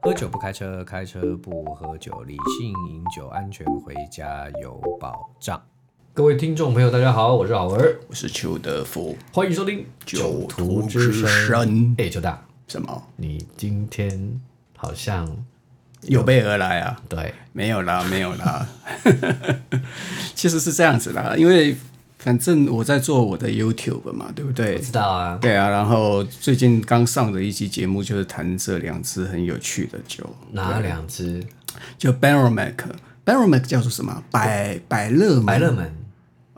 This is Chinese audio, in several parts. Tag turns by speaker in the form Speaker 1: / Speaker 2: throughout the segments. Speaker 1: 喝酒不开车，开车不喝酒，理性饮酒，安全回家有保障。各位听众朋友，大家好，我是好文，
Speaker 2: 我是邱德福，
Speaker 1: 欢迎收听《
Speaker 2: 九徒之声
Speaker 1: 哎，邱大，
Speaker 2: 什么
Speaker 1: 你今天好像
Speaker 2: 有备而来啊？
Speaker 1: 对
Speaker 2: 没有啦，没有啦， 其实是这样子啦，因为反正我在做我的 YouTube 嘛，对不对
Speaker 1: 不？知道啊，
Speaker 2: 对啊，然后最近刚上的一期节目就是谈这两支很有趣的酒，
Speaker 1: 哪两只
Speaker 2: 就 Barrel Mac。Barrel Mac 叫做什么？百百乐门
Speaker 1: 百乐门？
Speaker 2: 嗯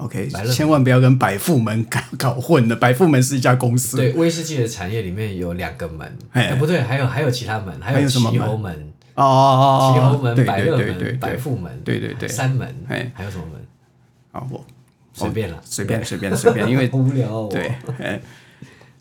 Speaker 2: OK，
Speaker 1: 百乐门
Speaker 2: 千万不要跟百富门搞 搞混了。百富门是一家公司，
Speaker 1: 对，威士忌的产业里面有两个门，
Speaker 2: 嘿
Speaker 1: 哎，不对，还有还有其他门，还
Speaker 2: 还有什
Speaker 1: 奇
Speaker 2: 么门
Speaker 1: 欧门、
Speaker 2: 哦哦
Speaker 1: 奇
Speaker 2: 哦
Speaker 1: 欧
Speaker 2: 哦，
Speaker 1: 门、
Speaker 2: 对
Speaker 1: 百
Speaker 2: 对
Speaker 1: 乐
Speaker 2: 对对
Speaker 1: 门、百
Speaker 2: 对，
Speaker 1: 富门，
Speaker 2: 对对对
Speaker 1: 三门
Speaker 2: 哎，
Speaker 1: 还有什么门？
Speaker 2: 好我
Speaker 1: 随便啦，
Speaker 2: 随便随便随便，因为
Speaker 1: 好无聊哦。
Speaker 2: 对，哎，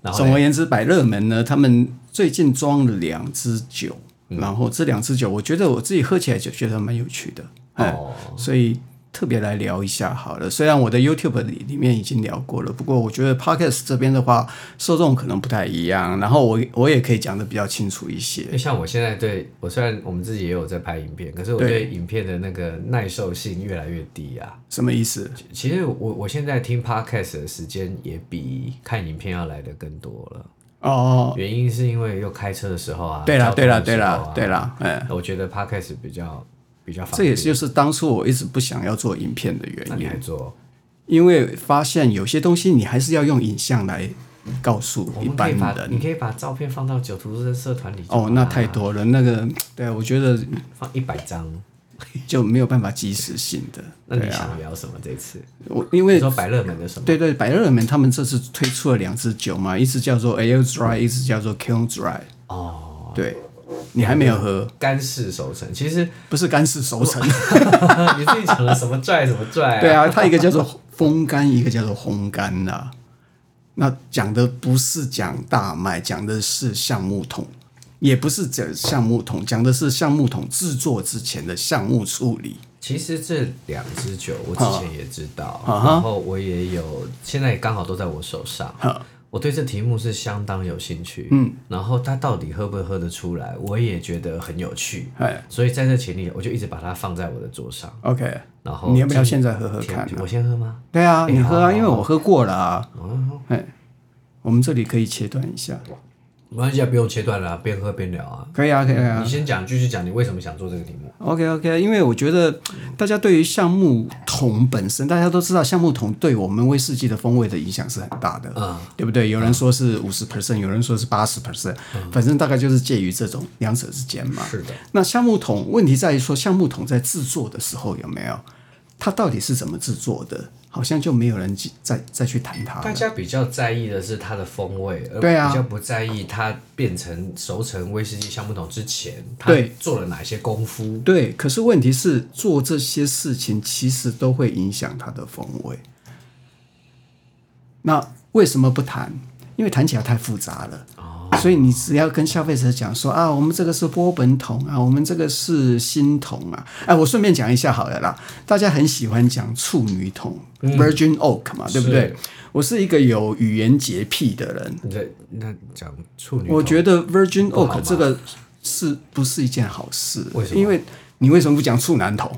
Speaker 1: 然后
Speaker 2: 总
Speaker 1: 嘞
Speaker 2: 而言之，百乐门呢，他们最近装了两支酒，
Speaker 1: 嗯
Speaker 2: 然后这两支酒，我觉得我自己喝起来就觉得蛮有趣的，哎，
Speaker 1: 哦，
Speaker 2: 所以特别来聊一下好了。虽然我的 YouTube 里里面已经聊过了，不过我觉得 Podcast 这边的话，受众可能不太一样，然后我我也可以讲的比较清楚一些
Speaker 1: 因。为像我现在对我虽然我们自己也有在拍影片，可是我对
Speaker 2: 对
Speaker 1: 影片的那个耐受性越来越低啊。
Speaker 2: 什么意思？
Speaker 1: 其其实我我现在听 podcast 的时间也比看影片要来的更多了，
Speaker 2: 哦，
Speaker 1: 原因是因为又开车的时候啊，
Speaker 2: 对
Speaker 1: 交
Speaker 2: 啦，
Speaker 1: 通
Speaker 2: 对啦，
Speaker 1: 的时
Speaker 2: 对
Speaker 1: 候
Speaker 2: 啦
Speaker 1: 啊，
Speaker 2: 对啦，嗯。
Speaker 1: 我觉得 podcast 比较比较方
Speaker 2: 这也
Speaker 1: 便，
Speaker 2: 就是当初我一直不想要做影片的
Speaker 1: 那
Speaker 2: 原
Speaker 1: 你
Speaker 2: 因
Speaker 1: 还，做？
Speaker 2: 因为发现有些东西你还是要用影像来告诉
Speaker 1: 我
Speaker 2: 一
Speaker 1: 们可
Speaker 2: 般
Speaker 1: 以把
Speaker 2: 人。
Speaker 1: 你可以把照片放到九图生社团里就好
Speaker 2: 哦，那
Speaker 1: 啦
Speaker 2: 太多了，那个对我觉得
Speaker 1: 放一百张，
Speaker 2: 就没有办法及时性的。
Speaker 1: 那你
Speaker 2: 对啊，
Speaker 1: 想聊什么这次？
Speaker 2: 我因
Speaker 1: 你
Speaker 2: 为
Speaker 1: 说百乐门的什么？
Speaker 2: 对对，百乐门他们这次推出了两支酒嘛，一支叫做 Air Dry，一支叫做 Kiln Dry。
Speaker 1: 哦，
Speaker 2: 对，你还没有喝，
Speaker 1: 干式熟成，其实。
Speaker 2: 不是干式熟成。
Speaker 1: 你自己讲了什么拽什么拽、啊？
Speaker 2: 对啊，它一个叫做风干，一个叫做烘干啦、那讲的不是讲大麦，讲的是橡木桶，也不是讲橡木桶，讲的是橡木桶制作之前的橡木处理。
Speaker 1: 其实这两支酒我之前也知道，
Speaker 2: 啊哈
Speaker 1: 然后我也有，现在刚好都在我手上。我对这题目是相当有兴趣，嗯，然后它到底喝不喝得出来，我也觉得很有趣，
Speaker 2: 哎
Speaker 1: 所以在这前提，我就一直把它放在我的桌上。
Speaker 2: ，OK，
Speaker 1: 然后
Speaker 2: 你要不要现在喝喝
Speaker 1: 甜
Speaker 2: 看、啊？
Speaker 1: 我先喝吗？
Speaker 2: 对啊，你喝啊，
Speaker 1: 好
Speaker 2: 因为我喝过了啊。
Speaker 1: 哦，
Speaker 2: 哎，我们这里可以切断一下，
Speaker 1: 没关系啊，不用切断了啊、边喝边聊啊。
Speaker 2: 可以啊，可以啊
Speaker 1: 你。先讲，继续讲，你为什么想做这个题目？
Speaker 2: OK OK，因为我觉得大家对于橡木桶本身，大家都知道橡木桶对我们威士忌的风味的影响是很大的。
Speaker 1: 嗯，
Speaker 2: 对不对？有人说是五十 percent，有人说是八十 percent，反正大概就是介于这种两者之间嘛。
Speaker 1: 是的，
Speaker 2: 那橡木桶问题在于说，橡木桶在制作的时候有没有，它到底是怎么制作的？好像就没有人去再再去谈它
Speaker 1: 大
Speaker 2: 了。
Speaker 1: 家比较在意的是它的风味，而
Speaker 2: 对啊
Speaker 1: 比较不在意它变成熟成威士忌橡木桶之前，它
Speaker 2: 对
Speaker 1: 做了哪些功夫。
Speaker 2: 对，可是问题是做这些事情其实都会影响它的风味。那为什么不谈？因为谈起来太复杂了。所以你只要跟消费者讲说啊，我们这个是波本桶啊，我们这个是新桶啊，哎、我顺便讲一下好了啦，大家很喜欢讲处女桶、（Virgin Oak） 嘛，对不对
Speaker 1: 是？
Speaker 2: 我是一个有语言洁癖的人，
Speaker 1: 你在那讲处女，
Speaker 2: 我觉得 Virgin
Speaker 1: 不好
Speaker 2: Oak
Speaker 1: 吗
Speaker 2: 这个是不是一件好事？
Speaker 1: 为什么
Speaker 2: 因为你为什么不讲处男桶？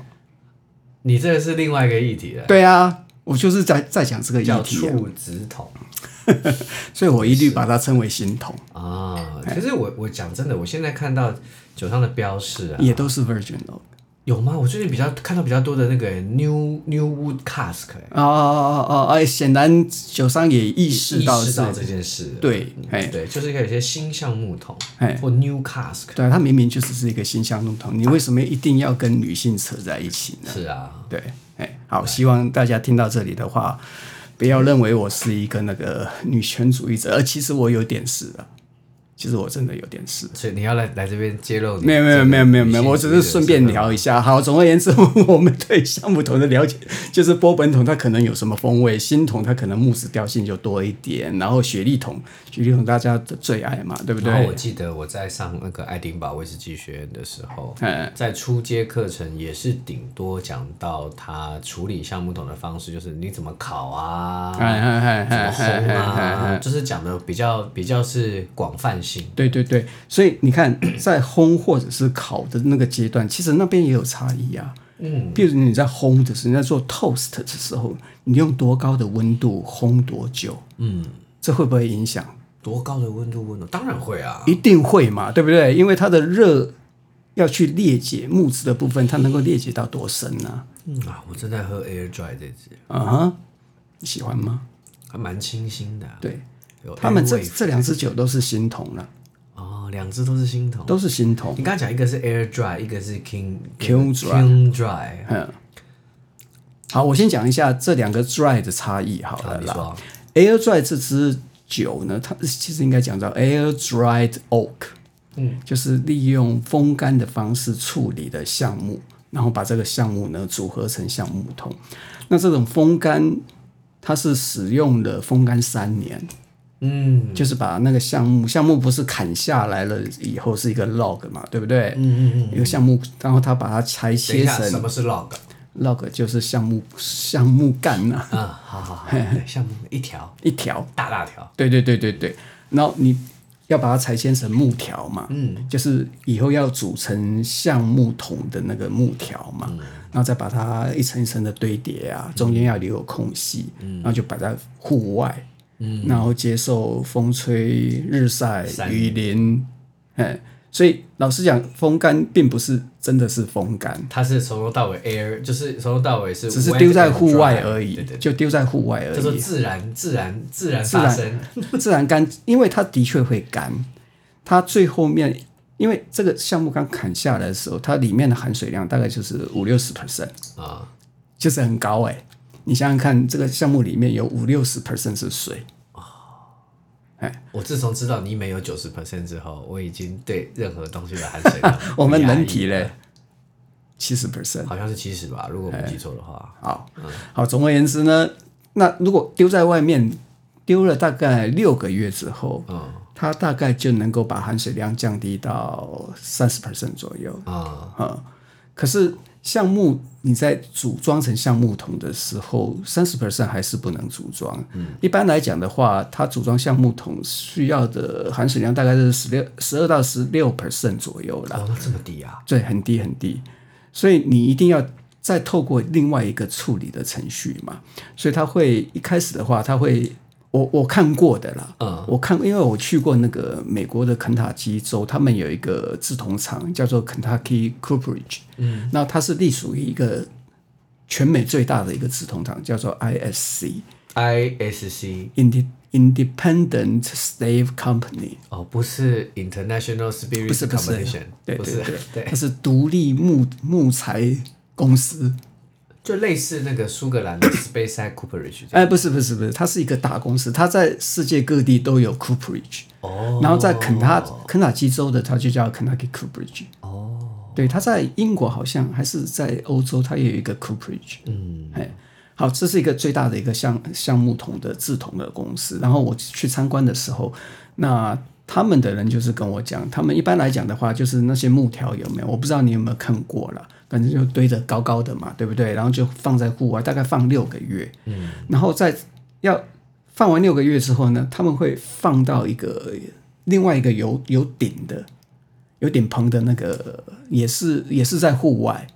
Speaker 1: 你这个是另外一个议题了，
Speaker 2: 对啊，我就是在在讲这个议
Speaker 1: 叫
Speaker 2: 题啊、
Speaker 1: 处子桶
Speaker 2: 所以我一律把它称为新桶，
Speaker 1: 啊。
Speaker 2: 哎
Speaker 1: 其实我我讲真的，我现在看到酒上的标示啊，
Speaker 2: 也都是 Virgin Oak。
Speaker 1: 有吗？我最近比较看到比较多的那个 New New Wood Cask，欸
Speaker 2: 哦哦哦哦，哎，显然酒商也意识到
Speaker 1: 意识
Speaker 2: 是
Speaker 1: 到这件事了，嗯
Speaker 2: 对，哎，
Speaker 1: 对，就是有一些新橡木桶
Speaker 2: 哎
Speaker 1: 或 New Cask，
Speaker 2: 对啊，它明明就只是一个新香弄桶，你为什么一定要跟女性扯在一起呢？
Speaker 1: 是啊，
Speaker 2: 对，哎，好，希望大家听到这里的话，不要认为我是一个那个女权主义者，而其实我有点是啊，其实我真的有点是。
Speaker 1: 所以你要来来这边揭露你
Speaker 2: 没有没有
Speaker 1: 这个
Speaker 2: 没有没有没
Speaker 1: 女
Speaker 2: 有，
Speaker 1: 性
Speaker 2: 我只是
Speaker 1: 主义
Speaker 2: 顺便
Speaker 1: 的身份
Speaker 2: 聊一下。好，总而言之， 我们对橡木桶的了解就是波本桶它可能有什么风味，新桶它可能木质调性就多一点，然后雪莉桶，雪莉桶大家的最爱嘛，对不
Speaker 1: 然后我
Speaker 2: 对？
Speaker 1: 记得我在上那个爱丁堡威士忌学院的时候，
Speaker 2: 嗯，
Speaker 1: 在初阶课程也是顶多讲到他处理橡木桶的方式，就是你怎么烤啊，
Speaker 2: 嗨嗨嗨
Speaker 1: 怎么啊
Speaker 2: 嗨嗨
Speaker 1: 烘
Speaker 2: 嗨嗨
Speaker 1: 啊，就是讲的比较比较是广泛性。
Speaker 2: 哎对对对，所以你看，在烘或者是烤的那个阶段，其实那边也有差异啊。嗯，比如你在烘的时候，你在做 toast 的时候，你用多高的温度烘多久，
Speaker 1: 嗯，
Speaker 2: 这会不会影响？
Speaker 1: 多高的温度温度？当然会啊。
Speaker 2: 一定会嘛，对不对？因为它的热要去裂解木质的部分，它能够裂解到多深呢、
Speaker 1: 嗯啊，我正在喝 Air Dry 这支，
Speaker 2: 啊？啊哈，你喜欢吗？
Speaker 1: 还蛮清新的、啊。
Speaker 2: 对
Speaker 1: 有 Airwave，
Speaker 2: 他们这这两支酒都是新桶了，
Speaker 1: 哦，两支都是新桶。
Speaker 2: 都是新桶
Speaker 1: 你。刚刚讲一个是 Air Dry，一个是 King
Speaker 2: Kiln
Speaker 1: King Dry。
Speaker 2: 嗯，好，我先讲一下这两个 dry 的差异好
Speaker 1: 好，
Speaker 2: 了
Speaker 1: 你
Speaker 2: 啦。
Speaker 1: 说
Speaker 2: Air Dry 这支酒呢，它其实应该讲到 Air Dried Oak，
Speaker 1: 嗯，
Speaker 2: 就是利用风干的方式处理的橡木，然后把这个橡木呢组合成橡木桶。那这种风干，它是使用了风干三年，
Speaker 1: 嗯
Speaker 2: 就是把那个橡木，橡木不是砍下来了以后是一个 log 嘛，对不对？
Speaker 1: 嗯嗯嗯。
Speaker 2: 一个橡木，然后他把它裁
Speaker 1: 等一
Speaker 2: 切
Speaker 1: 下，什
Speaker 2: 成
Speaker 1: 么是 log
Speaker 2: log，就是橡木橡木干呐、
Speaker 1: 啊？好好好， 对像一条
Speaker 2: 一条。
Speaker 1: 大大条。
Speaker 2: 对对对对对，然后你要把它裁切成木条嘛，
Speaker 1: 嗯，
Speaker 2: 就是以后要组成橡木桶的那个木条嘛，
Speaker 1: 嗯
Speaker 2: 然后再把它一层一层的堆叠啊，中间要留有空隙，
Speaker 1: 嗯
Speaker 2: 然后就摆在户外，嗯，然后接受风吹日晒
Speaker 1: 晒
Speaker 2: 雨淋，哎，所以老实讲，风干并不是真的是风干，
Speaker 1: 它是从头到尾 air，就是从头到尾是
Speaker 2: 只是丢在户外
Speaker 1: wet and dry
Speaker 2: 而已
Speaker 1: 对对，对，
Speaker 2: 就丢在户外而
Speaker 1: 叫做
Speaker 2: 已。啊
Speaker 1: 自然自然自然
Speaker 2: 自
Speaker 1: 发
Speaker 2: 然
Speaker 1: 生。
Speaker 2: 自然干，因为它的确会干，它最后面因为这个橡木刚砍下来的时候，它里面的含水量大概就是五六十 percent，
Speaker 1: 啊，
Speaker 2: 就是很高哎、你想想看，这个橡木里面有五六十 percent 是水，，
Speaker 1: 我自从知道你美有九十 percent 之后，我已经对任何东西的含水量
Speaker 2: 我们
Speaker 1: 压抑
Speaker 2: 人体嘞七十 percent。
Speaker 1: 好像是七十吧，如果我没记错的话。
Speaker 2: 好，好，总而言之呢，那如果丢在外面，丢了大概六个月之后，
Speaker 1: 嗯
Speaker 2: 它大概就能够把含水量降低到三十 percent 左右。
Speaker 1: 啊，
Speaker 2: 啊、可是橡木你在组装成橡木桶的时候，三十 percent 还是不能组装。嗯，一般来讲的话，它组装橡木桶需要的含水量大概是十六、十二到十六 percent 左右啦，
Speaker 1: 哦，那这么低啊？
Speaker 2: 对，很低很低。所以你一定要再透过另外一个处理的程序嘛。所以它会一开始的话，它会。我我看过的啦，
Speaker 1: 嗯
Speaker 2: 我看，因为我去过那个美国的肯塔基州，他们有一个制桶厂叫做 Kentucky Cooperage，
Speaker 1: 嗯，
Speaker 2: 那它是隶属于一个全美最大的一个制桶厂，叫做 ISC（Independent
Speaker 1: ISC
Speaker 2: Independent Slave Company），
Speaker 1: 哦，不是 International
Speaker 2: 不
Speaker 1: Spirit
Speaker 2: 是不是
Speaker 1: Competition，，
Speaker 2: 对
Speaker 1: 不
Speaker 2: 对
Speaker 1: 是
Speaker 2: 对，
Speaker 1: 对，
Speaker 2: 它是独立木木材公司。
Speaker 1: 就类似那个苏格兰 的 Speyside Cooperage 这样
Speaker 2: 哎，不是不是不是，它是一个大公司，它在世界各地都有 Cooperage，
Speaker 1: 哦，
Speaker 2: 然后在肯塔肯塔基州的，它就叫 Kentucky Cooperage。
Speaker 1: 哦，
Speaker 2: 对，它在英国好像还是在欧洲，它也有一个 Cooperage。
Speaker 1: 嗯
Speaker 2: 哎，好，这是一个最大的一个橡橡木桶的制桶的公司。然后我去参观的时候，那他们的人就是跟我讲，他们一般来讲的话，就是那些木条有没有？我不知道你有没有看过了，反正就堆得高高的嘛，对不对？然后就放在户外，大概放六个月。嗯，然后在要放完六个月之后呢，他们会放到一个另外一个有有顶的。有顶棚的那个也是也是在户外，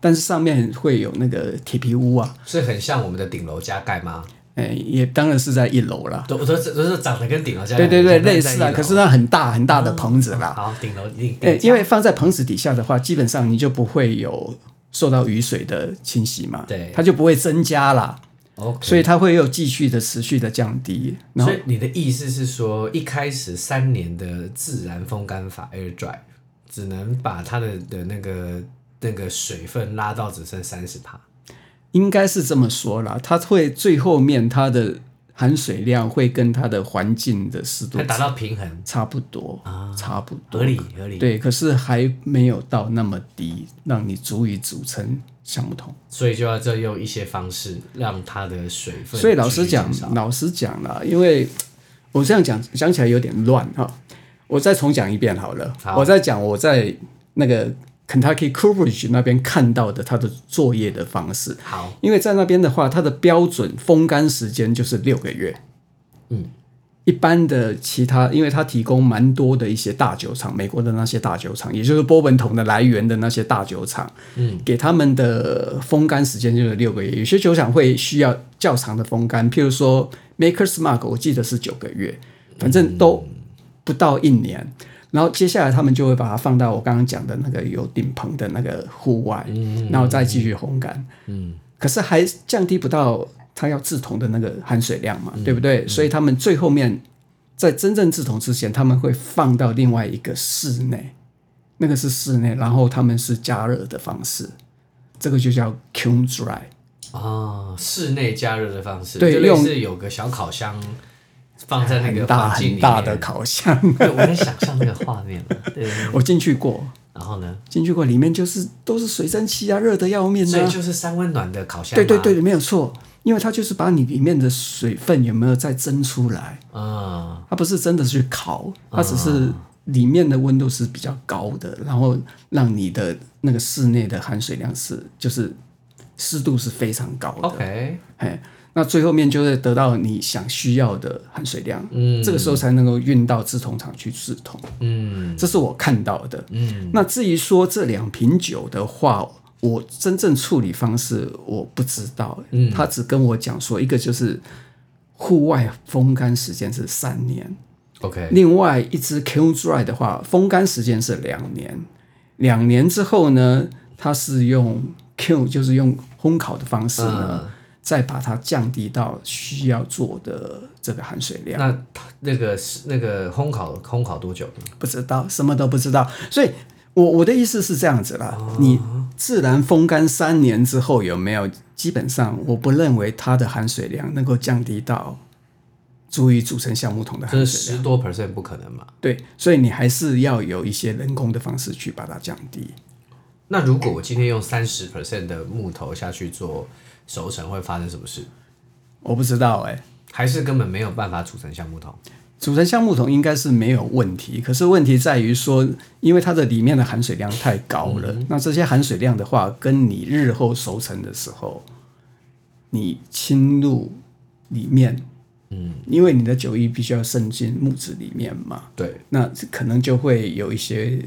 Speaker 2: 但是上面会有那个铁皮屋啊，
Speaker 1: 所以很像我们的顶楼加盖吗？
Speaker 2: 哎、也当然是在一楼啦。
Speaker 1: 都都是都是长得跟顶楼加盖
Speaker 2: 对
Speaker 1: 很
Speaker 2: 对
Speaker 1: 像，
Speaker 2: 对，
Speaker 1: 但
Speaker 2: 类
Speaker 1: 在
Speaker 2: 似啊，
Speaker 1: 一楼
Speaker 2: 可是那很大很大的棚子啦。
Speaker 1: 好顶楼顶
Speaker 2: 哎、
Speaker 1: 顶
Speaker 2: 因为放在棚子底下的话，基本上你就不会有受到雨水的侵袭嘛，
Speaker 1: 对
Speaker 2: 它就不会增加啦，
Speaker 1: OK。
Speaker 2: 所以它会有继续的持续的降低。然后
Speaker 1: 所以你的意思是说，一开始三年的自然风干法 air dry 只能把它的的那个那个水分拉到只剩三十帕，
Speaker 2: 应该是这么说啦，它会最后面它的含水量会跟它的环境的湿度
Speaker 1: 才达到平衡，
Speaker 2: 差不多，差不多
Speaker 1: 合理合理。
Speaker 2: 对，可是还没有到那么低，让你足以组成橡木桶。
Speaker 1: 所以就要再用一些方式让它的水分。
Speaker 2: 所以老实讲，老实讲啦，因为我这样讲讲起来有点乱哈，我再重讲一遍好了。
Speaker 1: 好
Speaker 2: 我再讲我在那个 Kentucky Courage 那边看到的它的作业的方式，
Speaker 1: 好，
Speaker 2: 因为在那边的话，它的标准风干时间就是六个月。嗯，一般的其他，因为它提供蛮多的一些大酒厂，美国的那些大酒厂，也就是波本桶的来源的那些大酒厂，嗯，给他们的风干时间就是六个月，有些酒厂会需要较长的风干，譬如说 Maker's Mark，我记得是九个月，反正都不到一年。然后接下来他们就会把它放到我刚刚讲的那个有顶棚的那个户外，然后再继续烘干。嗯，可是还降低不到它要制铜的那个含水量
Speaker 1: 嗯
Speaker 2: 嘛，对不对？所以他们最后面在真正制铜之前，他们会放到另外一个室内，那个是室内，然后他们是加热的方式，这个就叫 kiln dry。
Speaker 1: 哦，室内加热的方式，
Speaker 2: 对
Speaker 1: 就类
Speaker 2: 用
Speaker 1: 似有个小烤箱放在那
Speaker 2: 很
Speaker 1: 个
Speaker 2: 大
Speaker 1: 环境里
Speaker 2: 很
Speaker 1: 面
Speaker 2: 大的烤箱，
Speaker 1: 对，我在想象那个画面了。对，
Speaker 2: 我进去过，
Speaker 1: 然后呢？
Speaker 2: 进去过，里面就是都是水蒸气啊，热的要命
Speaker 1: 所
Speaker 2: 啊
Speaker 1: 以。就是三温暖的烤箱。
Speaker 2: 对对，对，没有错，因为它就是把你里面的水分有没有再蒸出来，
Speaker 1: 嗯，
Speaker 2: 它不是真的去烤，它只是
Speaker 1: 啊
Speaker 2: 里面的温度是比较高的，然后让你的那个室内的含水量是就是湿度是非常高的，
Speaker 1: OK，
Speaker 2: 哎，那最后面就会得到你想需要的含水量，
Speaker 1: 嗯
Speaker 2: 这个时候才能够运到制铜厂去制铜。
Speaker 1: 嗯
Speaker 2: 这是我看到的。
Speaker 1: 嗯，
Speaker 2: 那至于说这两瓶酒的话，我真正处理方式我不知道。嗯，他只跟我讲说，一个就是户外风干时间是三年，
Speaker 1: ，OK，
Speaker 2: 另外一支 Q Dry 的话，风干时间是两年。两年之后呢，它是用 Q，就是用烘烤的方式呢，再把它降低到需要做的这个含水量。
Speaker 1: 那它那个是那个烘烤烘烤多久呢？
Speaker 2: 不知道，什么都不知道。所以我我的意思是这样子啦，你自然风干三年之后有没有？基本上我不认为它的含水量能够降低到足以组成橡木桶的
Speaker 1: 这
Speaker 2: 含
Speaker 1: 是
Speaker 2: 水
Speaker 1: 十
Speaker 2: 量。
Speaker 1: 啊多 percent 不可能嘛？
Speaker 2: 对，所以你还是要有一些人工的方式去把它降低。
Speaker 1: 那如果我今天用三十 percent 的木头下去做熟成，会发生什么事？
Speaker 2: 我不知道哎、
Speaker 1: 还是根本没有办法组成橡木桶？
Speaker 2: 组成橡木桶应该是没有问题，可是问题在于说，因为它的里面的含水量太高了，那这些含水量的话，跟你日后熟成的时候，你侵入里面，嗯，因为你的酒液必须要渗进木质里面嘛，
Speaker 1: 对，
Speaker 2: 那可能就会有一些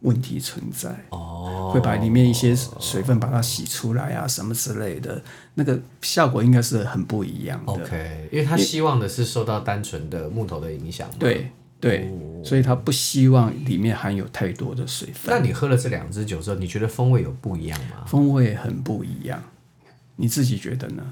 Speaker 2: 问题存在，
Speaker 1: 哦，
Speaker 2: 会把里面一些水分把它洗出来啊，什么之类的，那个效果应该是很不一样的。
Speaker 1: OK，因为他希望的是受到单纯的木头的影响。，
Speaker 2: 对对，
Speaker 1: 哦
Speaker 2: 所以他不希望里面含有太多的水分，
Speaker 1: 那你喝了这两支酒之后，你觉得风味有不一样吗？
Speaker 2: 风味很不一样。你自己觉得呢？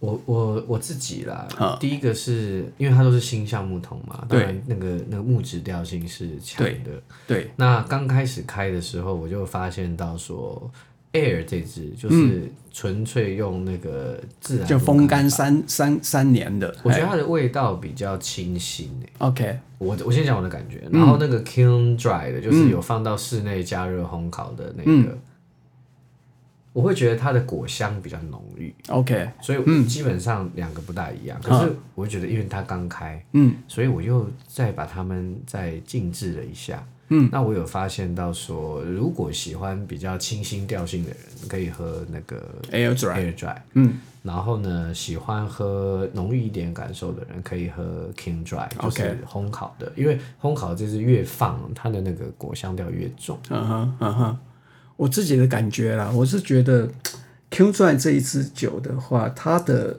Speaker 1: 我我我自己啦，第一个是因为它都是新橡木桶嘛，当
Speaker 2: 对
Speaker 1: 然那个那个木质调性是强的。
Speaker 2: 对，
Speaker 1: 那刚开始开的时候，我就发现到说，Air 这支就是纯粹用那个自然
Speaker 2: 就
Speaker 1: 木
Speaker 2: 风干三三三年的。哎
Speaker 1: 我觉得它的味道比较清新诶、
Speaker 2: OK，
Speaker 1: 我我先讲我的感觉，然后那个 kiln dry 的，就是有放到室内加热烘烤的那个，我会觉得它的果香比较浓郁，
Speaker 2: OK，
Speaker 1: 所以基本上两个不大一样。可是我觉得，因为它刚开，
Speaker 2: 嗯，
Speaker 1: 所以我又再把它们再静置了一下。嗯，那我有发现到说，如果喜欢比较清新调性的人，可以喝那个
Speaker 2: Air Dry
Speaker 1: air dry。
Speaker 2: 嗯，
Speaker 1: 然后呢，喜欢喝浓郁一点感受的人，可以喝 King Dry，就
Speaker 2: OK
Speaker 1: 是烘烤的。因为烘烤这支越放，它的那个果香调越重。
Speaker 2: 嗯哼嗯哼，我自己的感觉啦，我是觉得 Q 钻这一支酒的话，它的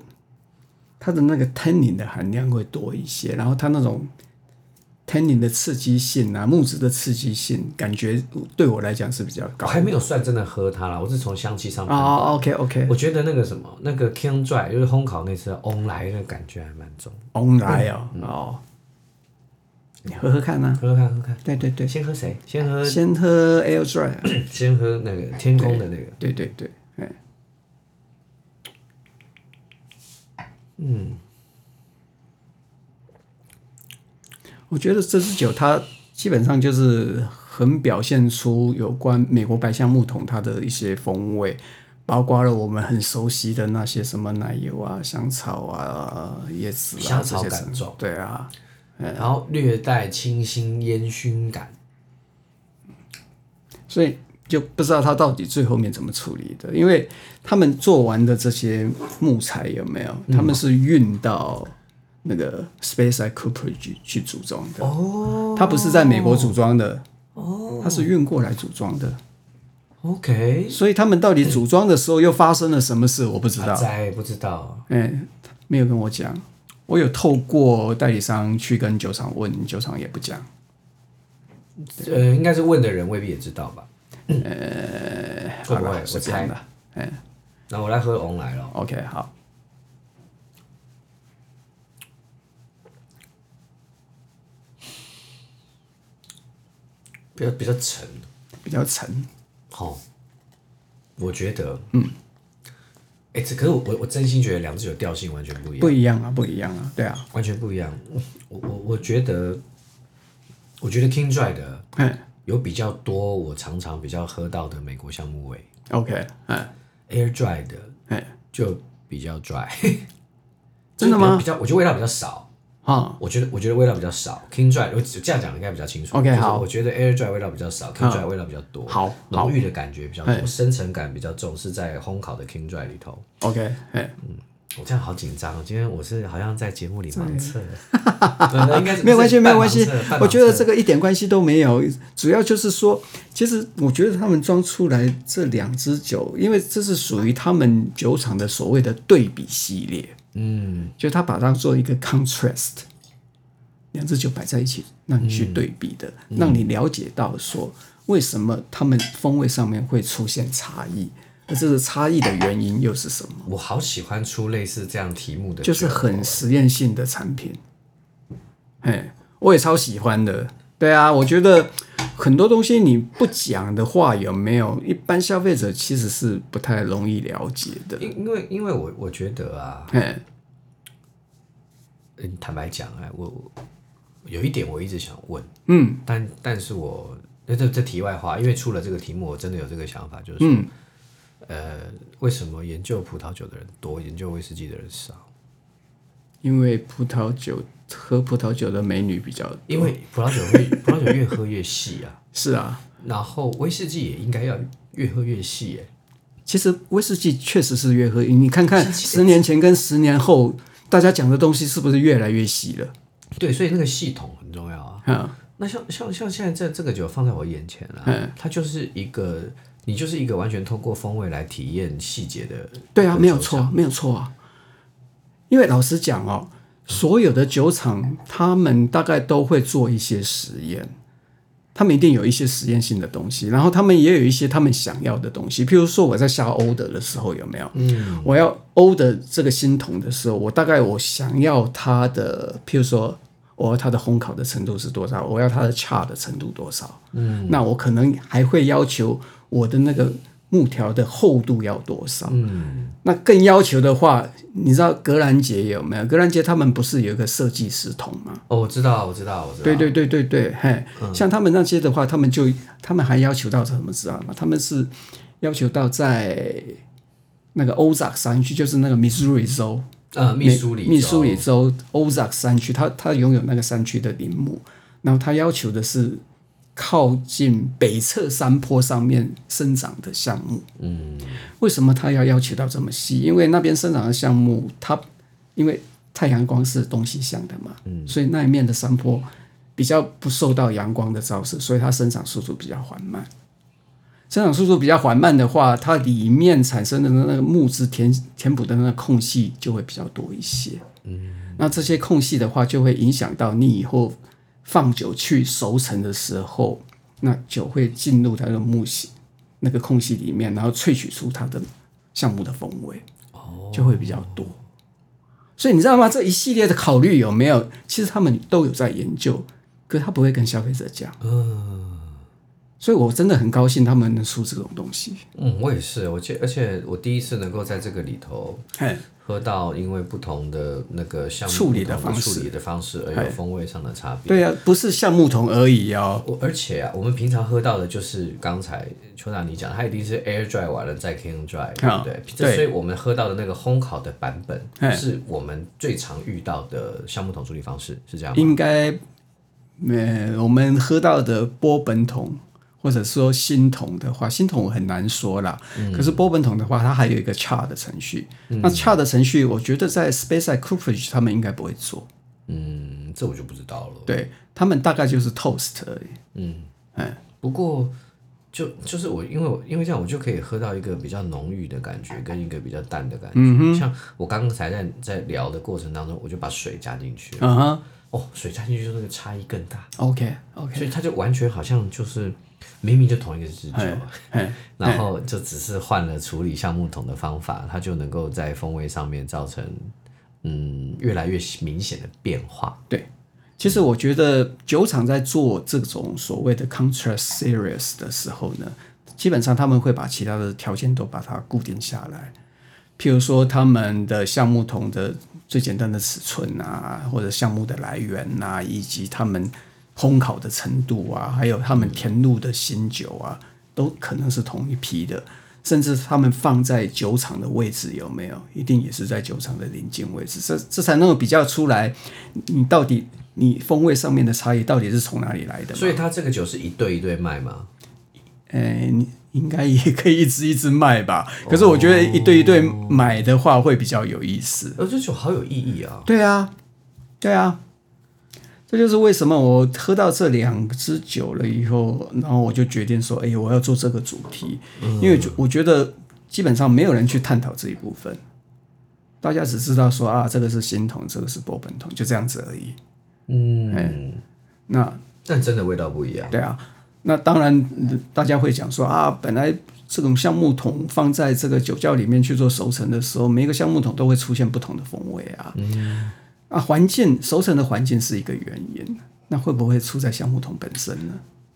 Speaker 2: 它的那个 tannin 的含量会多一些，然后它那种 tannin 的刺激性啊，木质的刺激性，感觉对我来讲是比较
Speaker 1: 我
Speaker 2: 高。
Speaker 1: 还没有算真的喝它啦，我是从香气上判断。
Speaker 2: 哦，OK OK，
Speaker 1: 我觉得那个什么，那个 King Dry 就是烘烤那次翁来的感觉还蛮重。
Speaker 2: 翁来哦，哦，你喝喝看啊。
Speaker 1: 喝喝看，喝喝看。
Speaker 2: 对对对，
Speaker 1: 先喝谁？先喝，
Speaker 2: 先喝 Air Dry，啊
Speaker 1: 先喝那个天空的那个。
Speaker 2: 哎对对对，哎，嗯，我觉得这支酒它基本上就是很表现出有关美国白橡木桶它的一些风味，包括了我们很熟悉的那些什么奶油啊、香草啊、椰子啊
Speaker 1: 香草
Speaker 2: 这些
Speaker 1: 感
Speaker 2: 成
Speaker 1: 重
Speaker 2: 对啊，
Speaker 1: 然后略带清新烟熏感。
Speaker 2: 所以就不知道他到底最后面怎么处理的，因
Speaker 1: 嗯
Speaker 2: 为他们做完的这些木材有没有，他们是运到那个 SpaceX Cooperage 去组装的，
Speaker 1: 哦
Speaker 2: 它不是在美国组装的，
Speaker 1: 哦
Speaker 2: 它是运过来组装的。
Speaker 1: ，OK，
Speaker 2: 所以他们到底组装的时候又发生了什么事，我不知道。
Speaker 1: 在不知道，啊
Speaker 2: 嗯，没有跟我讲。我有透过代理商去跟酒厂问，酒厂也不讲。
Speaker 1: 呃，应该是问的人未必也知道吧？呃，会
Speaker 2: 哎好
Speaker 1: 不
Speaker 2: 了
Speaker 1: 会？我
Speaker 2: 是这
Speaker 1: 猜
Speaker 2: 样的。。
Speaker 1: 那我来喝红来了，
Speaker 2: OK，好。
Speaker 1: 比较比较沉。
Speaker 2: 比较沉，
Speaker 1: 哦，我觉得，嗯，哎、这可是我我我真心觉得两支酒调性完全不一样，
Speaker 2: 不一样啊，不一样啊，对啊，
Speaker 1: 完全不一样。我我我觉得，我觉得 King Dry 的
Speaker 2: 嗯
Speaker 1: 有比较多我常常比较喝到的美国橡木味
Speaker 2: ，OK，嗯，
Speaker 1: ，Air Dry 的
Speaker 2: 哎，
Speaker 1: 就比较 dry，
Speaker 2: 真
Speaker 1: 就
Speaker 2: 的
Speaker 1: 是
Speaker 2: 吗
Speaker 1: 比较比较，我觉得味道比较少。
Speaker 2: 啊，
Speaker 1: 我觉得我觉得味道比较少，King Dry 我这样讲应该比较清楚。
Speaker 2: OK，
Speaker 1: 就是
Speaker 2: 好
Speaker 1: 我觉得 Air Dry 味道比较少，King Dry 味道比较多，
Speaker 2: 好哎
Speaker 1: 浓郁的感觉比较多，深层感比较重，是在烘烤的 King Dry 里头。
Speaker 2: ，OK，哎，
Speaker 1: 我这样好紧张哦，今天我是好像在节目里盲测，对那应该是
Speaker 2: 没有关系，没有关系
Speaker 1: 半盲测半盲测，
Speaker 2: 我觉得这个一点关系都没有，主要就是说，其实我觉得他们装出来这两支酒，因为这是属于他们酒厂的所谓的对比系列，
Speaker 1: 嗯
Speaker 2: 就他把它做一个 contrast，两支酒摆在一起，让你去对比的，
Speaker 1: 嗯
Speaker 2: 让你了解到说为什么他们风味上面会出现差异，而这个差异的原因又是什么？
Speaker 1: 我好喜欢出类似这样题目的酒，
Speaker 2: 就是很实验性的产品。哎，我也超喜欢的。对啊，我觉得很多东西你不讲的话，有没有一般消费者其实是不太容易了解的。
Speaker 1: 因因为因为我我觉得啊，
Speaker 2: 哎，
Speaker 1: 嗯，坦白讲，哎，我我有一点我一直想问，
Speaker 2: 嗯，
Speaker 1: 但但是我那这这题外话，因为出了这个题目，我真的有这个想法，就是说，
Speaker 2: 嗯
Speaker 1: 呃，为什么研究葡萄酒的人多，研究威士忌的人少？
Speaker 2: 因为葡萄酒喝葡萄酒的美女比较
Speaker 1: 因为葡萄酒会葡萄酒越喝越细啊，
Speaker 2: 是啊，
Speaker 1: 然后威士忌也应该要越喝越细、哎。
Speaker 2: 其实威士忌确实是越喝，你看看
Speaker 1: 是
Speaker 2: 十年前跟十年后，大家讲的东西是不是越来越细了？
Speaker 1: 对，所以那个系统很重要啊。
Speaker 2: 嗯
Speaker 1: 那像像像现在这这个酒放在我眼前了、
Speaker 2: 嗯
Speaker 1: 它就是一个，你就是一个完全通过风味来体验细节的。
Speaker 2: 对啊，没有错，没有错啊。因为老实讲哦，所有的酒厂他们大概都会做一些实验，他们一定有一些实验性的东西，然后他们也有一些他们想要的东西。譬如说我在下欧德的时候有没有？嗯，我要欧的这个新桶的时候，我大概我想要它的，譬如说。我要它的烘烤的程度是多少？我要它的差的程度多少？嗯，那我可能还会要求我的那个木条的厚度要多少？那更要求的话，你知道格兰杰有没有？格兰杰他们不是有一个设计师桶吗？
Speaker 1: 哦，我知道，我知道，我知道。
Speaker 2: 对对对对对，嘿，像他们那些的话，他们就他们还要求到什么知道吗？他们是要求到在那个 Ozark 山区，就是那个 Missouri 州，
Speaker 1: 呃，密苏里，
Speaker 2: 密苏里，州 Ozark 山区，它它拥有那个山区的林木，然后它要求的是靠近北侧山坡上面生长的项目。嗯，为什么它要要求到这么细？因为那边生长的项目，它因为太阳光是东西向的嘛，嗯，所以那一面的山坡比较不受到阳光的照射，所以它生长速度比较缓慢。生长速度比较缓慢的话，它里面产生的那个木质填填补的那个空隙就会比较多一些。嗯，那这些空隙的话，就会影响到你以后放酒去熟成的时候，那酒会进入它的木隙那个空隙里面，然后萃取出它的橡木的风味，哦，就会比较多。所以你知道吗？这一系列的考虑有没有？其实他们都有在研究，可是他不会跟消费者讲。所以我真的很高兴他们能出这种东西。
Speaker 1: 嗯，我也是，我记，而且我第一次能够在这个里头
Speaker 2: 嘿，
Speaker 1: 喝到，因为不同的那个项目
Speaker 2: 处理的
Speaker 1: 不同
Speaker 2: 方式哎
Speaker 1: 处理的方式而有风味上的差别。
Speaker 2: 对啊，不是橡木桶而已哦。
Speaker 1: 我而且啊，我们平常喝到的就是刚才邱大你讲，它一定是 air dry 完了再 king dry，、对
Speaker 2: 啊
Speaker 1: 不对？这所以我们喝到的那个烘烤的版本，
Speaker 2: 哎
Speaker 1: 是我们最常遇到的橡木桶处理方式，是这样吗？
Speaker 2: 应该，呃，我们喝到的波本桶或者说新桶的话，新桶我很难说啦。可是波本桶的话，它嗯还有一个差的程序。那差的程序，我觉得在 SpaceX Cooperage 他们应该不会做。
Speaker 1: 嗯，这我就不知道了。
Speaker 2: 对他们大概就是 toast 而已。
Speaker 1: 嗯嗯，不过就就是我，因为我因为这样，我就可以喝到一个比较浓郁的感觉，跟一个比较淡的感觉。像我刚才在在聊的过程当中，我就把水加进去了，
Speaker 2: 嗯哼
Speaker 1: 哦，水加进去之后那个差异更大，
Speaker 2: ，OK OK，
Speaker 1: 所以它就完全好像就是明明就同一个支酒
Speaker 2: 哎
Speaker 1: 啊，
Speaker 2: 哎，
Speaker 1: 然后就只是换了处理橡木桶的方法，它就能够在风味上面造成嗯越来越明显的变化。
Speaker 2: 对。其实我觉得酒厂在做这种所谓的 contrast series 的时候呢，基本上他们会把其他的条件都把它固定下来，譬如说他们的橡木桶的最简单的尺寸啊，或者橡木的来源啊，以及他们烘烤的程度啊，还有他们填入的新酒啊，都可能是同一批的，甚至他们放在酒厂的位置有没有，一定也是在酒厂的临近位置，这这才能够比较出来，你到底你风味上面的差异到底是从哪里来的嘛。
Speaker 1: 所以它这个酒是一对一对卖吗？
Speaker 2: 呃，你应该也可以一支一支卖吧。可是我觉得一对一对买的话会比较有意思。
Speaker 1: 呃，这酒好有意义啊！
Speaker 2: 对啊，对啊，这就是为什么我喝到这两支酒了以后，然后我就决定说，哎、我要做这个主题，因为就我觉得基本上没有人去探讨这一部分，大家只知道说啊，这个是新桶，这个是波本桶，就这样子而已。哎
Speaker 1: 嗯，
Speaker 2: 那
Speaker 1: 但真的味道不一样。
Speaker 2: 对啊，那当然呃大家会讲说啊，本来这种橡木桶放在这个酒窖里面去做熟成的时候，每一个橡木桶都会出现不同的风味啊。嗯、啊，环境熟成的环境是一个原因，啊那会不会出在橡木桶本身呢？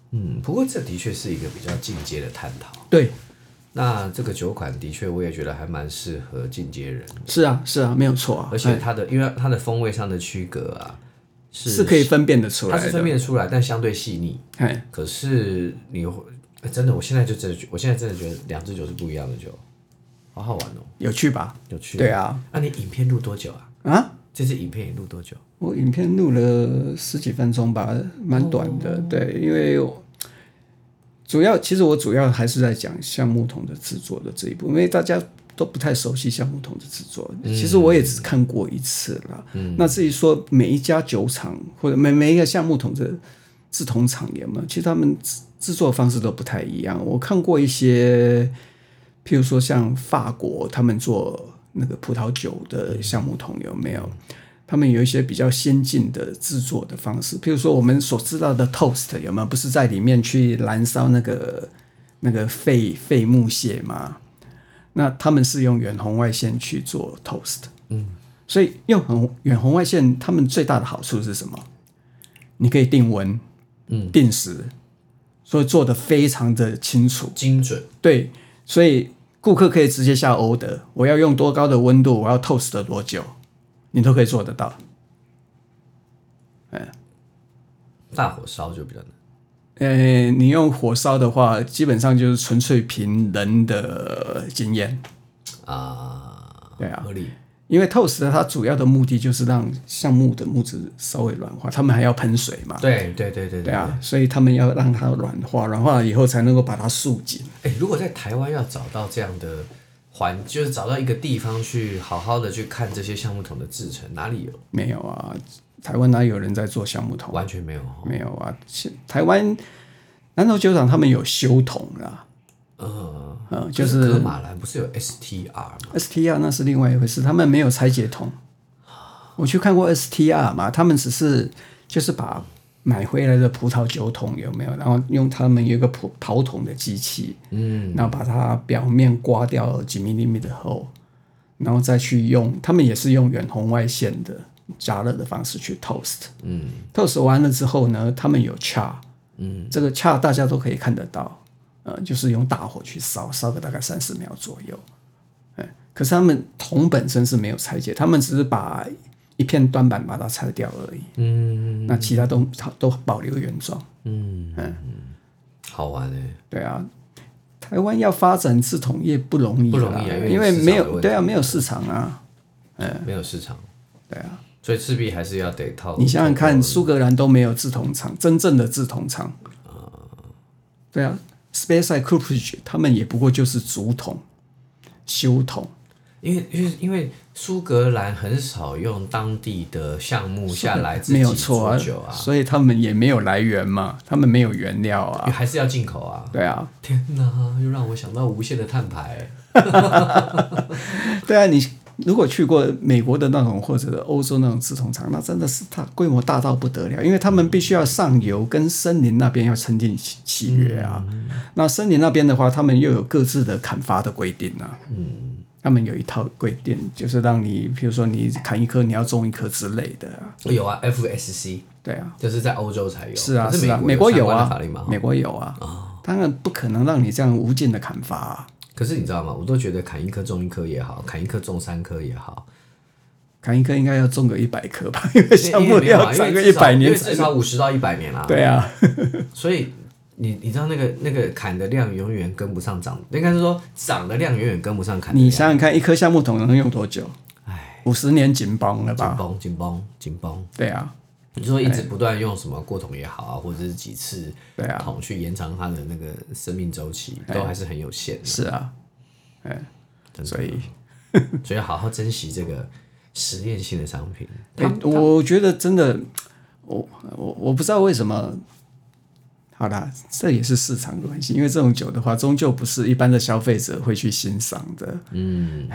Speaker 1: 嗯，不过这的确是一个比较进阶的探讨。
Speaker 2: 对，
Speaker 1: 那这个酒款的确，我也觉得还蛮适合进阶人，
Speaker 2: 是啊，是啊，没有错啊
Speaker 1: 而，且它的因为它的风味上的区隔啊，是
Speaker 2: 是可以分辨得出
Speaker 1: 它
Speaker 2: 来
Speaker 1: 是
Speaker 2: 的
Speaker 1: 分。辨得出来，但相对细腻。
Speaker 2: 哎，
Speaker 1: 可是你会哎真的，我现在就真的觉，我现在真的觉得两支酒是不一样的酒，好好玩哦，
Speaker 2: 有趣吧？
Speaker 1: 有趣。
Speaker 2: 对啊，
Speaker 1: 那、你影片录多久啊？
Speaker 2: 啊，
Speaker 1: 这支影片也录多久？
Speaker 2: 我影片录了十几分钟吧，蛮短的。对，因为我主要其实我主要还是在讲橡木桶的制作的这一步，因为大家都不太熟悉橡木桶的制作。其实我也只看过一次啦。那至于说每一家酒厂或者每每一个橡木桶的制桶厂有没有，其实他们制制作方式都不太一样。我看过一些，譬如说像法国，他们做那个葡萄酒的橡木桶有没有？他们有一些比较先进的制作的方式，譬如说我们所知道的 toast 有没有？不是在里面去燃烧那个那个废废木屑吗？那他们是用远红外线去做 toast，嗯，所以用很远红外线，他们最大的好处是什么？你可以定温，嗯，定时，所以做的非常的清楚。
Speaker 1: 精准。
Speaker 2: 对，所以顾客可以直接下 order，我要用多高的温度，我要 toast 多久，你都可以做得到。
Speaker 1: 大火烧就比较难。
Speaker 2: 呃，你用火烧的话，基本上就是纯粹凭人的经验，
Speaker 1: 啊，
Speaker 2: 对啊
Speaker 1: 合理。
Speaker 2: 因为 toast 它主要的目的就是让橡木的木质稍微软化，他们还要喷水嘛，
Speaker 1: 对对对对
Speaker 2: 对，啊，所以他们要让它软化，软化了以后才能够把它束紧。
Speaker 1: 哎、如果在台湾要找到这样的环，就是找到一个地方去好好的去看这些橡木桶的制成，哪里有？
Speaker 2: 没有啊，台湾哪有人在做橡木桶？
Speaker 1: 完全没有哦。
Speaker 2: 没有啊，现台湾南投酒厂他们有修桶啊啦，
Speaker 1: 嗯，
Speaker 2: 嗯，就
Speaker 1: 可
Speaker 2: 是
Speaker 1: 马兰不是有 STR 吗？
Speaker 2: STR 那是另外一回事，他们没有拆解桶。我去看过 STR 嘛，他们只是就是把买回来的葡萄酒桶有没有，然后用他们有一个葡刨桶的机器，嗯，然后把它表面刮掉几 m 米的厚，然后再去用，他们也是用远红外线的加热的方式去 toast，嗯，toast 完了之后呢，他们有 char，嗯，这个 char 大家都可以看得到，呃，就是用大火去烧，烧个大概三十秒左右。可是他们铜本身是没有拆解，他们只是把一片端板把它拆掉而已。嗯，那其他都它都保留原状。
Speaker 1: 好玩哎、
Speaker 2: 对啊，台湾要发展制铜业不容易啦，
Speaker 1: 不容易啊
Speaker 2: 因
Speaker 1: 因为
Speaker 2: 为没
Speaker 1: 市场的
Speaker 2: 有
Speaker 1: 问题
Speaker 2: 对啊，没有市场啊。
Speaker 1: 没有市场，
Speaker 2: 对啊，
Speaker 1: 所以赤壁还是要得套。
Speaker 2: 你想想
Speaker 1: 啊
Speaker 2: 看，苏格兰都没有制铜厂，真正的制铜厂。
Speaker 1: 啊
Speaker 2: 对啊 s p a c e i c o o p e r a g e 他们也不过就是竹筒、修筒，
Speaker 1: 因为因为因为苏格兰很少用当地的项目下来自
Speaker 2: 没
Speaker 1: 己
Speaker 2: 有错
Speaker 1: 做
Speaker 2: 啊
Speaker 1: 酒啊，
Speaker 2: 所以他们也没有来源嘛，他们没有原料
Speaker 1: 因
Speaker 2: 啊
Speaker 1: 为，还是要进口啊。
Speaker 2: 对啊，
Speaker 1: 天哪，又让我想到无限的碳排。
Speaker 2: 对啊，你如果去过美国的那种或者欧洲那种制桶厂，那真的是它规模大到不得了，因为他们必须要上游跟森林那边要签订契契约啊。
Speaker 1: 嗯
Speaker 2: 那森林那边的话，他们又有各自的砍伐的规定啊。嗯。他们有一套规定，就是让你，比如说你砍一棵，你要种一棵之类的啊。
Speaker 1: 有啊，FSC
Speaker 2: 对啊，
Speaker 1: 就是在欧洲才有，
Speaker 2: 是啊，
Speaker 1: 可
Speaker 2: 是啊，美
Speaker 1: 国
Speaker 2: 国
Speaker 1: 相
Speaker 2: 有
Speaker 1: 关的
Speaker 2: 啊
Speaker 1: 法律哦嘛。，
Speaker 2: 美国有啊。当然不可能让你这样无尽的砍伐、啊，
Speaker 1: 可是你知道吗？我都觉得砍一颗种一颗也好，砍一颗种三颗也 好，
Speaker 2: 砍一棵应该要种个一百棵吧，因为橡
Speaker 1: 因
Speaker 2: 木
Speaker 1: 为没有啊
Speaker 2: 要
Speaker 1: 因
Speaker 2: 长
Speaker 1: 为
Speaker 2: 个
Speaker 1: 至
Speaker 2: 一
Speaker 1: 少
Speaker 2: 百
Speaker 1: 因
Speaker 2: 年
Speaker 1: 为
Speaker 2: 才
Speaker 1: 至少五十到一百年啦、
Speaker 2: 对啊，
Speaker 1: 所以你你知道那个那个砍的量永远跟不上涨，应该是说涨的量永远跟不上砍的
Speaker 2: 你
Speaker 1: 量。
Speaker 2: 想想看，一颗橡木桶能用多久？
Speaker 1: 唉，
Speaker 2: 五十年紧绷了
Speaker 1: 紧
Speaker 2: 吧？
Speaker 1: 绷紧绷紧绷。
Speaker 2: 对啊，
Speaker 1: 你说一直不断用什么过桶也好啊，或者是几次
Speaker 2: 对啊，
Speaker 1: 桶去延长它的那个生命周期，都还是很有限的。
Speaker 2: 是啊，嗯，所以
Speaker 1: 所以要好好珍惜这个实验性的商品。
Speaker 2: 诶我觉得真的，我我我不知道为什么。好啦，这也是市场关系，因为这种酒的话，终究不是一般的消费者会去欣赏的。
Speaker 1: 嗯，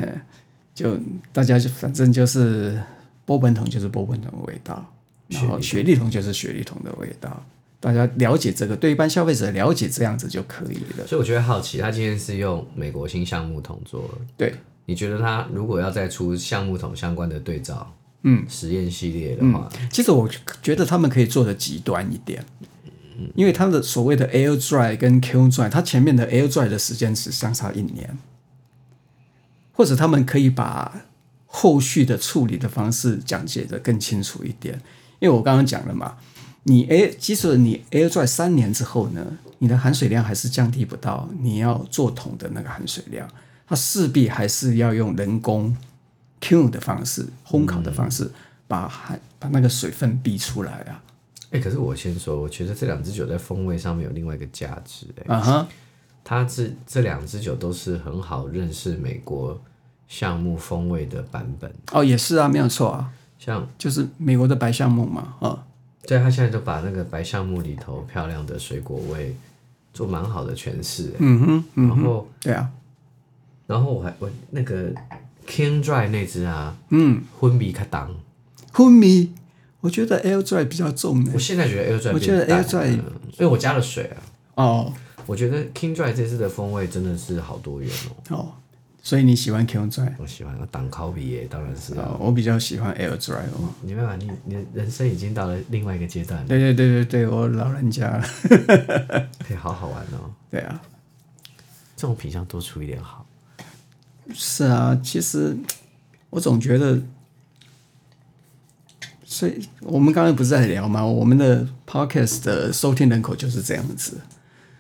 Speaker 2: 就大家就反正就是波本桶就是波本桶的味道，然后雪莉桶就是雪莉桶的味道。大家了解这个，对一般消费者了解这样子就可以了。
Speaker 1: 所以我觉得好奇，他今天是用美国新橡木桶做的，
Speaker 2: 对，
Speaker 1: 你觉得他如果要再出橡木桶相关的对照，
Speaker 2: 嗯，
Speaker 1: 实验系列的话，
Speaker 2: 其实我觉得他们可以做的极端一点，因为他的所谓的 air dry 跟 kiln dry，它前面的 air dry 的时间只相差一年，或者他们可以把后续的处理的方式讲解的更清楚一点。因为我刚刚讲了嘛，你 air 即使你 air dry 三年之后呢，你的含水量还是降低不到你要做桶的那个含水量，它势必还是要用人工 kiln 的方式、烘烤的
Speaker 1: 嗯
Speaker 2: 方式，把含把那个水分逼出来啊。
Speaker 1: 哎、可是我先说，我觉得这两支酒在风味上面有另外一个价值、哎，
Speaker 2: 啊哈，
Speaker 1: 它这这两支酒都是很好认识美国橡木风味的版本，
Speaker 2: 哦，也
Speaker 1: 嗯
Speaker 2: 是啊，没有错啊，
Speaker 1: 像
Speaker 2: 就是美国的白橡木嘛，啊，
Speaker 1: 对他现在就把那个白橡木里头漂亮的水果味做蛮好的诠释、哎
Speaker 2: 嗯哼，嗯
Speaker 1: 然后
Speaker 2: 对啊，
Speaker 1: 然后我还我那个 King Dry 那支啊，嗯，昏迷卡当，
Speaker 2: 昏迷，我觉得 air dry 比较重呢
Speaker 1: 我。现在觉得 Air Dry
Speaker 2: 我觉得
Speaker 1: 变淡
Speaker 2: Air Dry-
Speaker 1: 了嗯因为我加了水啊，
Speaker 2: 哦
Speaker 1: 我觉得 King Dry 这次的风味真的是好多元哦，
Speaker 2: 哦，所以你喜欢 kiln dry？
Speaker 1: 我喜欢啊，挡烤比耶当然是啊，
Speaker 2: 哦，我比较喜欢 air dry 哦。
Speaker 1: 你没办法，你你的人生已经到了另外一个阶段了，
Speaker 2: 对对对对对，我老人家，
Speaker 1: 可以好好玩哦，
Speaker 2: 对啊，
Speaker 1: 这种品相多出一点好，
Speaker 2: 是啊，其实我总觉得，所以我们刚才不是在聊嘛，我们的 podcast 的收听人口就是这样子。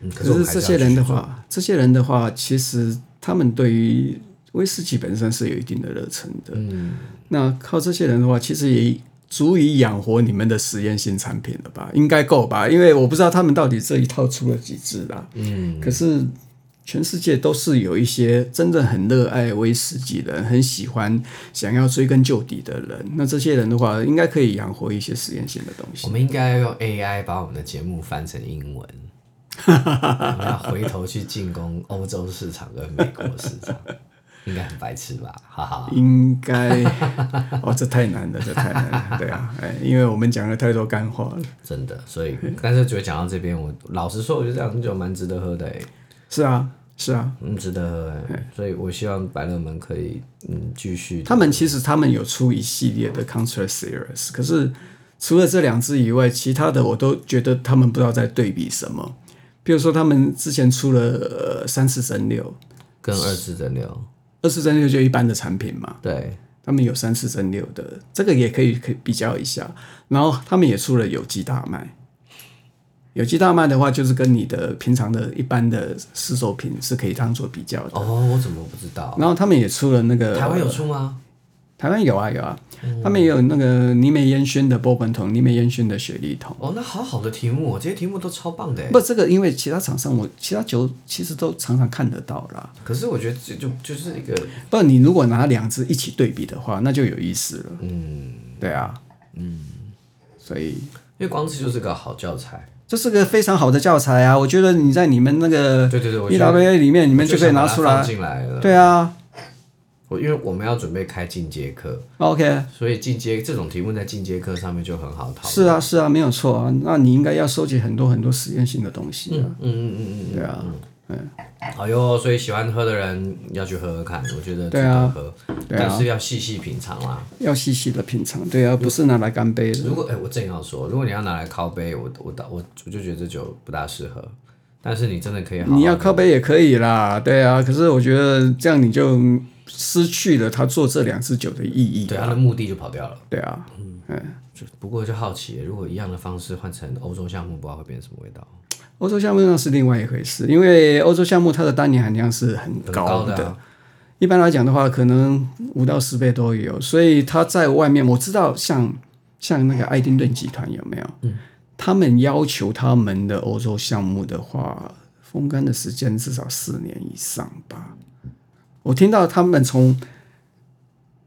Speaker 1: 嗯，
Speaker 2: 可
Speaker 1: 是我们还
Speaker 2: 这
Speaker 1: 是要
Speaker 2: 些人
Speaker 1: 继续
Speaker 2: 的
Speaker 1: 做，
Speaker 2: 话，这些人的话，其实他们对于威士忌本身是有一定的热忱的。
Speaker 1: 嗯，
Speaker 2: 那靠这些人的话，其实也足以养活你们的实验性产品了吧？应该够吧？因为我不知道他们到底这一套出了几支啦。
Speaker 1: 嗯，
Speaker 2: 可是全世界都是有一些真的很热爱威士忌的人，很喜欢想要追根究底的人。那这些人的话，应该可以养活一些实验性的东西
Speaker 1: 我。们应该要用 AI 把我们的节目翻成英文，我们要回头去进攻欧洲市场跟美国市场，应该很白痴吧？哈哈。
Speaker 2: 应该 哦，这太难了，这太难了，对啊，哎，因为我们讲了太多干话了。
Speaker 1: 真的，所以，但是觉得讲到这边，我老实说，我觉得这两支酒蛮值得喝的、欸，
Speaker 2: 是啊，是啊，
Speaker 1: 嗯，值得喝、欸，所以我希望百乐门可以，嗯，继续。
Speaker 2: 他们其实他们有出一系列的 Contra Series，可是除了这两支以外，其他的我都觉得他们不知道在对比什么。比如说，他们之前出了、呃、三次蒸馏，
Speaker 1: 跟二次蒸馏，
Speaker 2: 二次蒸馏就一般的产品嘛，
Speaker 1: 对，
Speaker 2: 他们有三次蒸馏的，这个也可以可以比较一下。然后他们也出了有机大麦，有机大麦的话，就是跟你的平常的一般的市售品是可以当做比较的。
Speaker 1: 哦，我怎么不知道？
Speaker 2: 然后他们也出了那个
Speaker 1: 台湾有出吗？
Speaker 2: 台湾有啊有啊，他们也有那个尼美烟熏的波本桶，尼美烟熏的雪莉桶。
Speaker 1: 哦，那好好的题目、哦，这些题目都超棒的欸耶。
Speaker 2: 不，这个因为其他厂商我其他酒其实都常常看得到啦。
Speaker 1: 可是我觉得这就就是一个，
Speaker 2: 不，你如果拿两只一起对比的话，那就有意思了。
Speaker 1: 嗯，
Speaker 2: 对啊，嗯，所以
Speaker 1: 因为光这就是个好教材。
Speaker 2: 这是个非常好的教材啊！我觉得你在你们那个
Speaker 1: 对对对，我觉得
Speaker 2: EWA 里面，哎你们就可以拿出
Speaker 1: 我就想把它放
Speaker 2: 来。
Speaker 1: 进来了。
Speaker 2: 对啊
Speaker 1: 我因为我们要准备开进阶课，
Speaker 2: ，OK，
Speaker 1: 所以进阶这种题目在进阶课上面就很好讨论。
Speaker 2: 是啊是啊，没有错啊。那你应该要收集很多很多实验性的东西啊。
Speaker 1: 嗯嗯嗯嗯
Speaker 2: 对啊，
Speaker 1: 嗯，好哟。所以喜欢喝的人要去喝喝看，我觉得值
Speaker 2: 对
Speaker 1: 得
Speaker 2: 啊
Speaker 1: 喝，
Speaker 2: 对啊
Speaker 1: 但是要细细品尝啦。
Speaker 2: 要细细的品尝。对啊，不是拿来干杯的。
Speaker 1: 如果哎、我正要说，如果你要拿来靠杯，我我倒我我就觉得这酒不大适合。但是你真的可以好好，
Speaker 2: 你要靠杯也可以啦，对啊。可是我觉得这样你就失去了他做这两支酒的意义
Speaker 1: 对
Speaker 2: 啊。
Speaker 1: 它的目的就跑掉了。
Speaker 2: 对啊，
Speaker 1: 就不过就好奇，如果一样的方式换成欧洲项目，不知道会变成什么味道。
Speaker 2: 欧洲项目那是另外一回事，因为欧洲项目它的单宁含量是很
Speaker 1: 很
Speaker 2: 高
Speaker 1: 的
Speaker 2: 的。
Speaker 1: 啊、
Speaker 2: 一般来讲的话，可能五到十倍都有，所以它在外面，我知道像像那个爱丁顿集团有没有？嗯，他们要求他们的欧洲项目的话，风干的时间至少四年以上吧。我听到他们从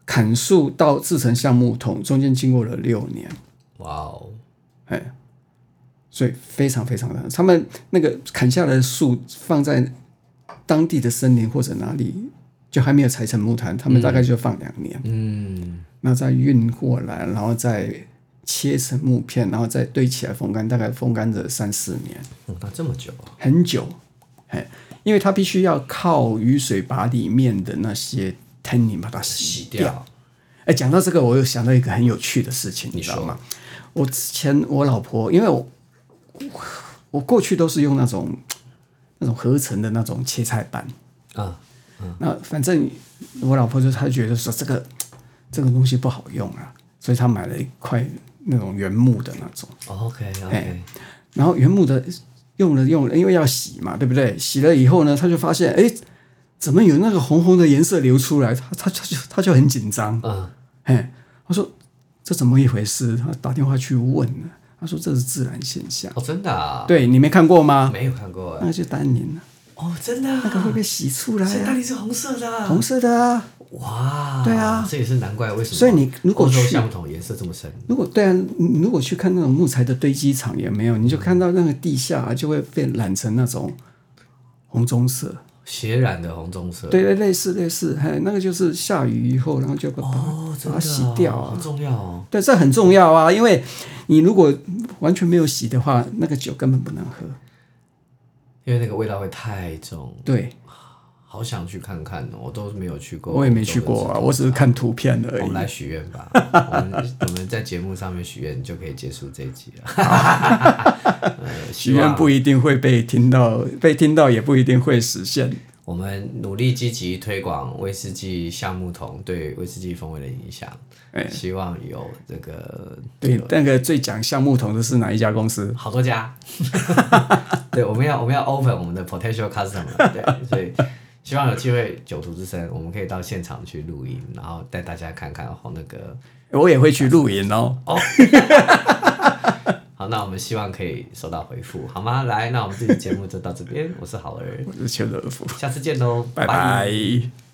Speaker 2: 砍树到制成橡木桶，中间经过了六年。
Speaker 1: 哇哦，
Speaker 2: 所以非常非常的，他们那个砍下来的树放在当地的森林或者哪里，就还没有裁成木炭，他们大概就放两年，
Speaker 1: 嗯，
Speaker 2: 那、再运过来，然后再切成木片，然后再堆起来风干，大概风干着三四年，
Speaker 1: 哦那这么久啊，
Speaker 2: 很久，哎，因为它必须要靠雨水把里面的那些 tannin 把它洗
Speaker 1: 洗
Speaker 2: 掉。
Speaker 1: 掉，
Speaker 2: 哎，讲到这个，我又想到一个很有趣的事情，
Speaker 1: 你
Speaker 2: 你知道
Speaker 1: 说
Speaker 2: 吗？我之前我老婆，因为我我过去都是用那种那种合成的那种切菜板，
Speaker 1: 啊，
Speaker 2: 那反正我老婆就她觉得说这个这个东西不好用啊，所以她买了一块那种原木的那种，
Speaker 1: OK OK，、
Speaker 2: 哎然后原木的用了用了，因为要洗嘛，对不对？洗了以后呢，她就发现哎，怎么有那个红红的颜色流出来？她她她就她就很紧张。
Speaker 1: 嗯，
Speaker 2: 哎，他说这怎么一回事？他打电话去问了，他说这是自然现象。
Speaker 1: 哦，真的、啊，
Speaker 2: 对你没看过吗？
Speaker 1: 没有看过哎，
Speaker 2: 那就单宁了，
Speaker 1: 哦，真的、啊，
Speaker 2: 那个会被洗出来
Speaker 1: 所以大
Speaker 2: 啊，
Speaker 1: 理是红色的、啊，
Speaker 2: 红色的啊。
Speaker 1: 哇，
Speaker 2: 对啊
Speaker 1: 这也是难怪为什么，
Speaker 2: 所以你如果
Speaker 1: 欧洲
Speaker 2: 去
Speaker 1: 橡桶颜色这么深，
Speaker 2: 如果对啊，你如果去看那种木材的堆积场也没有，你就看到那个地下、啊、就会被染成那种红棕色，
Speaker 1: 血染的红棕色，
Speaker 2: 对对，类似类似，嘿，那个就是下雨以后，然后就把它、
Speaker 1: 哦，真
Speaker 2: 把
Speaker 1: 的、
Speaker 2: 它洗掉
Speaker 1: 啊，
Speaker 2: 啊
Speaker 1: 好。重要哦，
Speaker 2: 对，这很重要啊，因为你如果完全没有洗的话，那个酒根本不能喝。
Speaker 1: 因为那个味道会太重，
Speaker 2: 对，
Speaker 1: 好想去看看哦，我都没有去过，
Speaker 2: 我也没去过啊，我只是看图片
Speaker 1: 我
Speaker 2: 而已
Speaker 1: 们。来许愿 吧，我们我们在节目上面许愿，你就可以结束这一集 了。呃希
Speaker 2: 许愿
Speaker 1: 望
Speaker 2: 不一定会被听到，被听到也不一定会实现。
Speaker 1: 我们努力积极推广威士忌橡木桶对威士忌风味的影响，
Speaker 2: 哎
Speaker 1: 希望有这个
Speaker 2: 对，那个最讲橡木桶的是哪一家公司？
Speaker 1: 好多 家。对，我们要我们要 open 我们的 potential customer，对， 所以希望有机会九徒之声，我们可以到现场去录音，然后带大家看看哦那个。
Speaker 2: 我也会去露营哦。
Speaker 1: 好，那我们希望可以收到回复，好吗？ 来，那我们这期节目就到这边，我是好儿，
Speaker 2: 我是邱德福，
Speaker 1: 下次见喽，
Speaker 2: 拜拜。